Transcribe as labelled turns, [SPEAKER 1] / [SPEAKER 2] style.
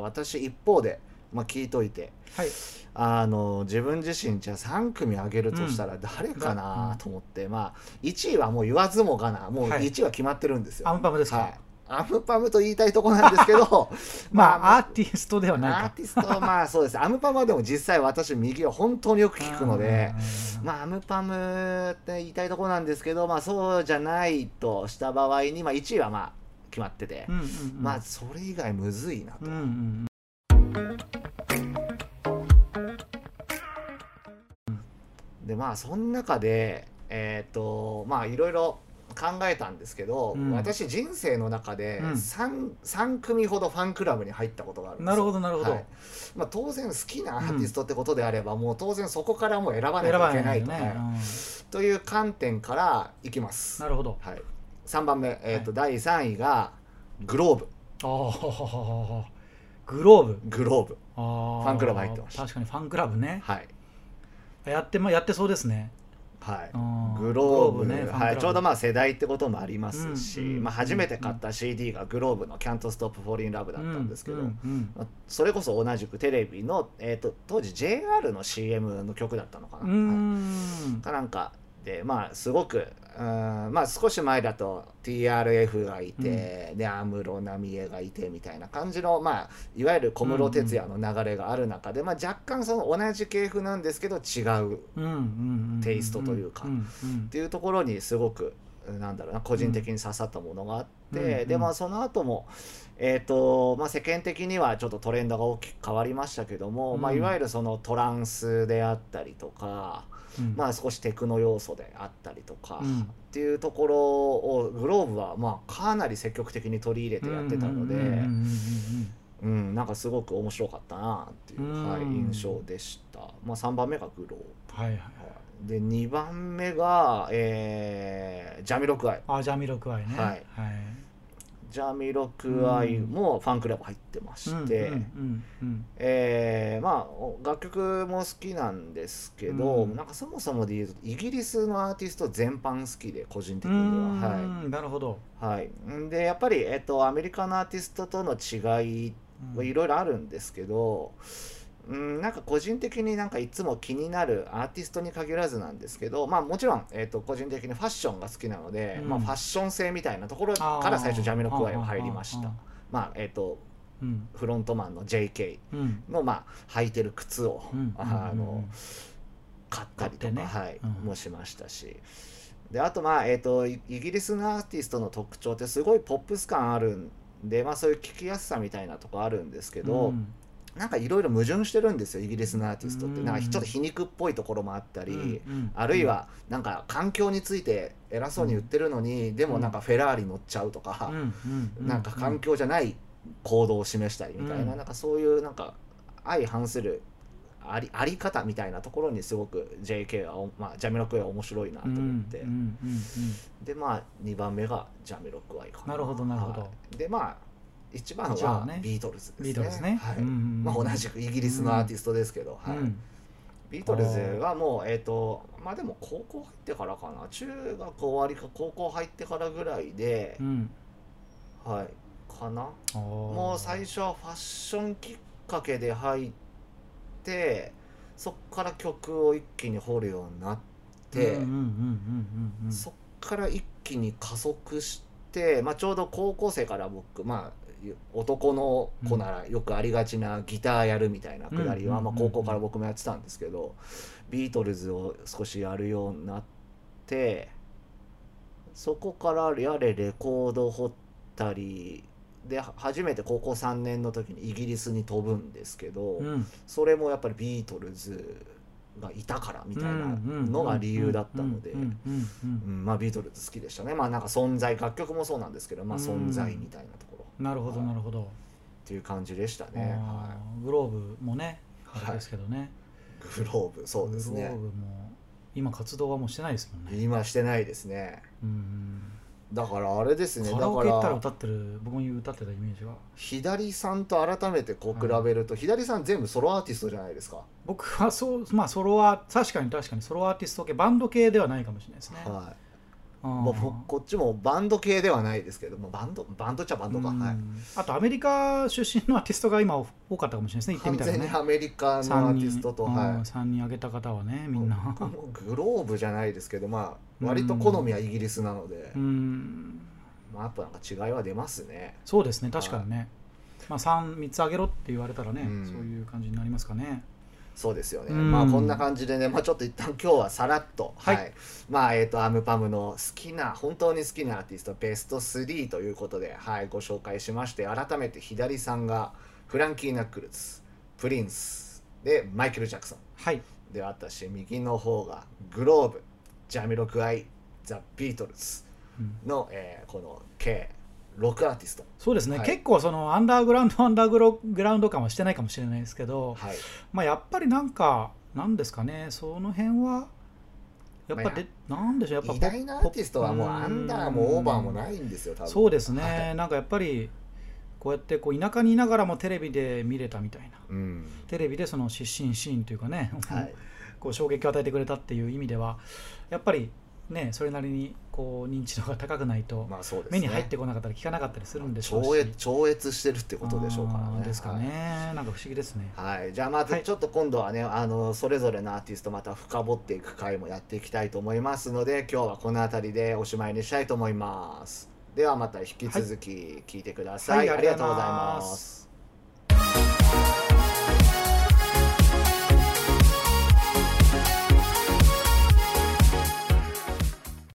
[SPEAKER 1] 私一方で、まあ、聞いといて
[SPEAKER 2] はい
[SPEAKER 1] あの自分自身じゃあ3組上げるとしたら誰か
[SPEAKER 2] う
[SPEAKER 1] なんと思って、まあ1位はもう言わずもがなもう
[SPEAKER 2] はい
[SPEAKER 1] 1位は決まってるんですよ。
[SPEAKER 2] アンパムですか、
[SPEAKER 1] はいアムパムと言いたいとこなんですけど
[SPEAKER 2] まあア
[SPEAKER 1] ア
[SPEAKER 2] ーティストではない
[SPEAKER 1] ー
[SPEAKER 2] か
[SPEAKER 1] ティストまあそうですアムパムはでも実際私右を本当によく聞くので。
[SPEAKER 2] まあ
[SPEAKER 1] まあ、アムパムって言いたいところなんですけど、まあ、そうじゃないとした場合に、まあ、1位はまあ決まってて、
[SPEAKER 2] うんうんうん
[SPEAKER 1] まあそれ以外むずいなと、
[SPEAKER 2] うんうん
[SPEAKER 1] でまあその中でえっ、とまあいろいろ考えたんですけど、
[SPEAKER 2] うん
[SPEAKER 1] 私人生の中で
[SPEAKER 2] うん
[SPEAKER 1] 3, 三組ほどファンクラブに入ったことがあるん
[SPEAKER 2] うん
[SPEAKER 1] ですよ
[SPEAKER 2] なるほどなるほど、
[SPEAKER 1] はいまあ、当然好きなアーティストってことであれば、もう当然そこからもう選ばな
[SPEAKER 2] 選
[SPEAKER 1] きゃ
[SPEAKER 2] ば
[SPEAKER 1] いけな
[SPEAKER 2] ない
[SPEAKER 1] い
[SPEAKER 2] よ
[SPEAKER 1] と,
[SPEAKER 2] ね
[SPEAKER 1] はい、、
[SPEAKER 2] うん
[SPEAKER 1] という観点からいきます
[SPEAKER 2] なるほど
[SPEAKER 1] はい、3番目、えーと第3位がグローブ
[SPEAKER 2] ああグローブ
[SPEAKER 1] グローブ
[SPEAKER 2] あー
[SPEAKER 1] ファンクラブ入ってました
[SPEAKER 2] 確かにファンクラブね
[SPEAKER 1] はい
[SPEAKER 2] やって,、ま、やってそうですね
[SPEAKER 1] はい
[SPEAKER 2] あー
[SPEAKER 1] グローブ
[SPEAKER 2] グローブねファンク
[SPEAKER 1] は
[SPEAKER 2] ラ
[SPEAKER 1] い、
[SPEAKER 2] ブ
[SPEAKER 1] ちょうどまあ世代ってこともありますし、
[SPEAKER 2] うんうん
[SPEAKER 1] まあ、初めて買った CD がグローブの「Can't Stop Falling in Love」だったんですけど、
[SPEAKER 2] ううん
[SPEAKER 1] まあそれこそ同じくテレビの、えー、と当時 JR の CM の曲だったのかな、
[SPEAKER 2] うんう
[SPEAKER 1] はい
[SPEAKER 2] ん
[SPEAKER 1] かなんかでまあすごくうーんまあ少し前だと TRF がいて、で安室奈美恵がいてみたいな感じのまあいわゆる小室哲哉の流れがある中で、まあ、若干その同じ系譜なんですけど違う
[SPEAKER 2] うんうんうん
[SPEAKER 1] テイストというか
[SPEAKER 2] んうん
[SPEAKER 1] っていうところにすごくなんだろうな個人的に刺さったものがあって、
[SPEAKER 2] うんうん
[SPEAKER 1] でまあその後もえっ、とまあ世間的にはちょっとトレンドが大きく変わりましたけども、
[SPEAKER 2] うん
[SPEAKER 1] まあいわゆるそのトランスであったりとか、
[SPEAKER 2] うん
[SPEAKER 1] まあ少しテクノ要素であったりとか、
[SPEAKER 2] うん
[SPEAKER 1] っていうところをグローブはまあかなり積極的に取り入れてやってたので、
[SPEAKER 2] うんうんうんうんうんうん
[SPEAKER 1] うん、なんかすごく面白かったなっていう、
[SPEAKER 2] うん
[SPEAKER 1] はい、印象でした。まあ、3番目がグロー
[SPEAKER 2] はいはい
[SPEAKER 1] ブ。はいで、2番目が、えージャミロクアイ。
[SPEAKER 2] あジャミロクワイね
[SPEAKER 1] はいジャミロクアイもファンクラブ入ってまして、
[SPEAKER 2] うんうん
[SPEAKER 1] えーまあ、お楽曲も好きなんですけど、
[SPEAKER 2] うん
[SPEAKER 1] なんかそもそもで言うと、イギリスのアーティスト全般好きで、個人
[SPEAKER 2] う
[SPEAKER 1] 的
[SPEAKER 2] んう
[SPEAKER 1] に
[SPEAKER 2] ん。
[SPEAKER 1] は。はいう
[SPEAKER 2] んなるほど
[SPEAKER 1] はい、んでやっぱり、えっとアメリカのアーティストとの違い
[SPEAKER 2] うん
[SPEAKER 1] はいろいろあるんですけど、うん、なんか個人的になんかいつも気になるアーティストに限らずなんですけど、まあ、もちろん、えっと個人的にファッションが好きなので、
[SPEAKER 2] うん
[SPEAKER 1] まあ、ファッション性みたいなところ
[SPEAKER 2] あー
[SPEAKER 1] から最初ジャミロクワイを入りまし
[SPEAKER 2] あー
[SPEAKER 1] た。まあえっと
[SPEAKER 2] うん
[SPEAKER 1] フロントマンの JK
[SPEAKER 2] うん
[SPEAKER 1] の、まあ、履いてる靴を、
[SPEAKER 2] うん
[SPEAKER 1] あ
[SPEAKER 2] うん
[SPEAKER 1] の買ったりとか、
[SPEAKER 2] 買ってね
[SPEAKER 1] はい
[SPEAKER 2] うん
[SPEAKER 1] もしましたしであとまあ、えー、とイイギリスのアーティストの特徴ってすごいポップス感あるんで、まあ、そういう聞きやすさみたいなとこあるんですけど、
[SPEAKER 2] うん
[SPEAKER 1] なんかいろいろ矛盾してるんですよイギリスのアーティストって、
[SPEAKER 2] うん
[SPEAKER 1] なんかちょっと皮肉っぽいところもあったり。
[SPEAKER 2] うんうん
[SPEAKER 1] あるいはなんか環境について偉そうに言ってるのに、でもなんかフェラーリ乗っちゃうとか、
[SPEAKER 2] うんうん
[SPEAKER 1] なんか環境じゃない行動を示したりみたいな,、
[SPEAKER 2] うん
[SPEAKER 1] なんかそういうなんか相反するありあり方みたいなところにすごく JK はお、まあ、ジャミロクワイは面白いなと思って、
[SPEAKER 2] うんうんうん
[SPEAKER 1] でまあ2番目がジャミロクワイか
[SPEAKER 2] なるほどなるほど
[SPEAKER 1] はいでまあ1番
[SPEAKER 2] 一番
[SPEAKER 1] は
[SPEAKER 2] はね
[SPEAKER 1] ビートルズです
[SPEAKER 2] う
[SPEAKER 1] ね
[SPEAKER 2] んビートルズね
[SPEAKER 1] はい
[SPEAKER 2] うんうん
[SPEAKER 1] まあ、同じくイギリスのアーティストですけど、
[SPEAKER 2] う
[SPEAKER 1] はい、
[SPEAKER 2] ん
[SPEAKER 1] ビートルズはもうえっ、とまあでも高校入ってからかな中学終わりか高校入ってからぐらいで
[SPEAKER 2] う、ん
[SPEAKER 1] はいかなも
[SPEAKER 2] も
[SPEAKER 1] う最初はファッションきっかけで入ってそっから曲を一気に掘るようになって、
[SPEAKER 2] うんうんうんうんうんうん
[SPEAKER 1] そっから一気に加速して、まあ、ちょうど高校生から僕まあ男の子ならよくありがちなギターやるみたいなくだりは、
[SPEAKER 2] うん
[SPEAKER 1] まあ、高校から僕もやってたんですけど、ビートルズを少しやるようになってそこからやれレコード掘ったりで初めて高校3年の時にイギリスに飛ぶんですけど、
[SPEAKER 2] うん
[SPEAKER 1] それもやっぱりビートルズがいたからみたいなのが理由だったので。
[SPEAKER 2] うんうんうん
[SPEAKER 1] うん、まあビートルズ好きでしたねまあなんか存在楽曲もそうなんですけどまあ
[SPEAKER 2] うん
[SPEAKER 1] 存在みたいなところ
[SPEAKER 2] なるほどなるほど
[SPEAKER 1] っていう感じでしたね、
[SPEAKER 2] あ
[SPEAKER 1] は
[SPEAKER 2] ーグローブもね
[SPEAKER 1] はい
[SPEAKER 2] あれですけどね
[SPEAKER 1] い、グローブそうです
[SPEAKER 2] グロ
[SPEAKER 1] ね
[SPEAKER 2] ーブも今活動はもうしてないですもんね
[SPEAKER 1] 今してないですね
[SPEAKER 2] うん
[SPEAKER 1] だからあれですねだ
[SPEAKER 2] カラオ
[SPEAKER 1] か
[SPEAKER 2] ケ行ったら
[SPEAKER 1] ら
[SPEAKER 2] 歌ってる僕も歌ってたイメージは
[SPEAKER 1] 左さんと改めてこう比べると、左さん全部ソロアーティストじゃないですか、
[SPEAKER 2] 僕はそうまあソロは確かに確かにソロアーティスト系バンド系ではないかもしれないですね
[SPEAKER 1] はもうぼこっちもバンド系ではないですけどもバンドバンドっちゃバンドか、
[SPEAKER 2] うん
[SPEAKER 1] はい
[SPEAKER 2] あとアメリカ出身のアーティストが今多かったかもしれないですね行って
[SPEAKER 1] 完
[SPEAKER 2] みたら
[SPEAKER 1] 全に
[SPEAKER 2] ね
[SPEAKER 1] アメリカのアーティストと、はい、
[SPEAKER 2] 3人挙げた方はねみんな
[SPEAKER 1] 僕もグローブじゃないですけどまあ割と好みはイギリスなので、
[SPEAKER 2] うん
[SPEAKER 1] まあ、やっぱなんか違いは出ますね
[SPEAKER 2] そうですね確かにね、まあ、3, 三つあげろって言われたらね、
[SPEAKER 1] うん
[SPEAKER 2] そういう感じになりますかね
[SPEAKER 1] そうですよね、
[SPEAKER 2] うん
[SPEAKER 1] まあこんな感じでね、まあ、ちょっと一旦今日はさらっと、
[SPEAKER 2] は
[SPEAKER 1] はいいまあえっ、とアムパムの好きな本当に好きなアーティストベスト3ということで、はい、ご紹介しまして改めて左さんがフランキー・ナックルズプリンスでマイケル・ジャクソン
[SPEAKER 2] はい
[SPEAKER 1] で私右の方がグローブジャミロクアイザ・ビートルズ
[SPEAKER 2] うん
[SPEAKER 1] の、えーこの計6アーティスト、
[SPEAKER 2] そうですね、
[SPEAKER 1] はい
[SPEAKER 2] 結構そのアンダーグラウンドアンダーグログラウンド感はしてないかもしれないですけど、
[SPEAKER 1] はい、
[SPEAKER 2] まあ、やっぱりなんかなんですかねその辺はやっぱで、なんでしょうやっぱ
[SPEAKER 1] 偉大なアーティストはもうアンダーもオーバーもないんですよ多分
[SPEAKER 2] そうですね、
[SPEAKER 1] は
[SPEAKER 2] なんかやっぱりこうやってこう田舎にいながらもテレビで見れたみたいな
[SPEAKER 1] うん
[SPEAKER 2] テレビでその失神シーンというかね、
[SPEAKER 1] はい、
[SPEAKER 2] こう衝撃を与えてくれたっていう意味ではやっぱりねそれなりにこう認知度が高くないと
[SPEAKER 1] まあそうですね
[SPEAKER 2] 目に入ってこなかったり聞かなかったりするんでしょうし、
[SPEAKER 1] 超越超越してるってことでしょうから
[SPEAKER 2] あ
[SPEAKER 1] ね
[SPEAKER 2] ーですかね、なんか不思議ですね
[SPEAKER 1] はい、はいじゃあま
[SPEAKER 2] は
[SPEAKER 1] ず
[SPEAKER 2] い
[SPEAKER 1] ちょっと今度はね、あのそれぞれのアーティストまた深掘っていく回もやっていきたいと思いますので今日はこの辺りでおしまいにしたいと思いますではまた引き続き聞いてください、
[SPEAKER 2] はい
[SPEAKER 1] ありがとうござい
[SPEAKER 2] ありがとうござい
[SPEAKER 1] ま
[SPEAKER 2] ます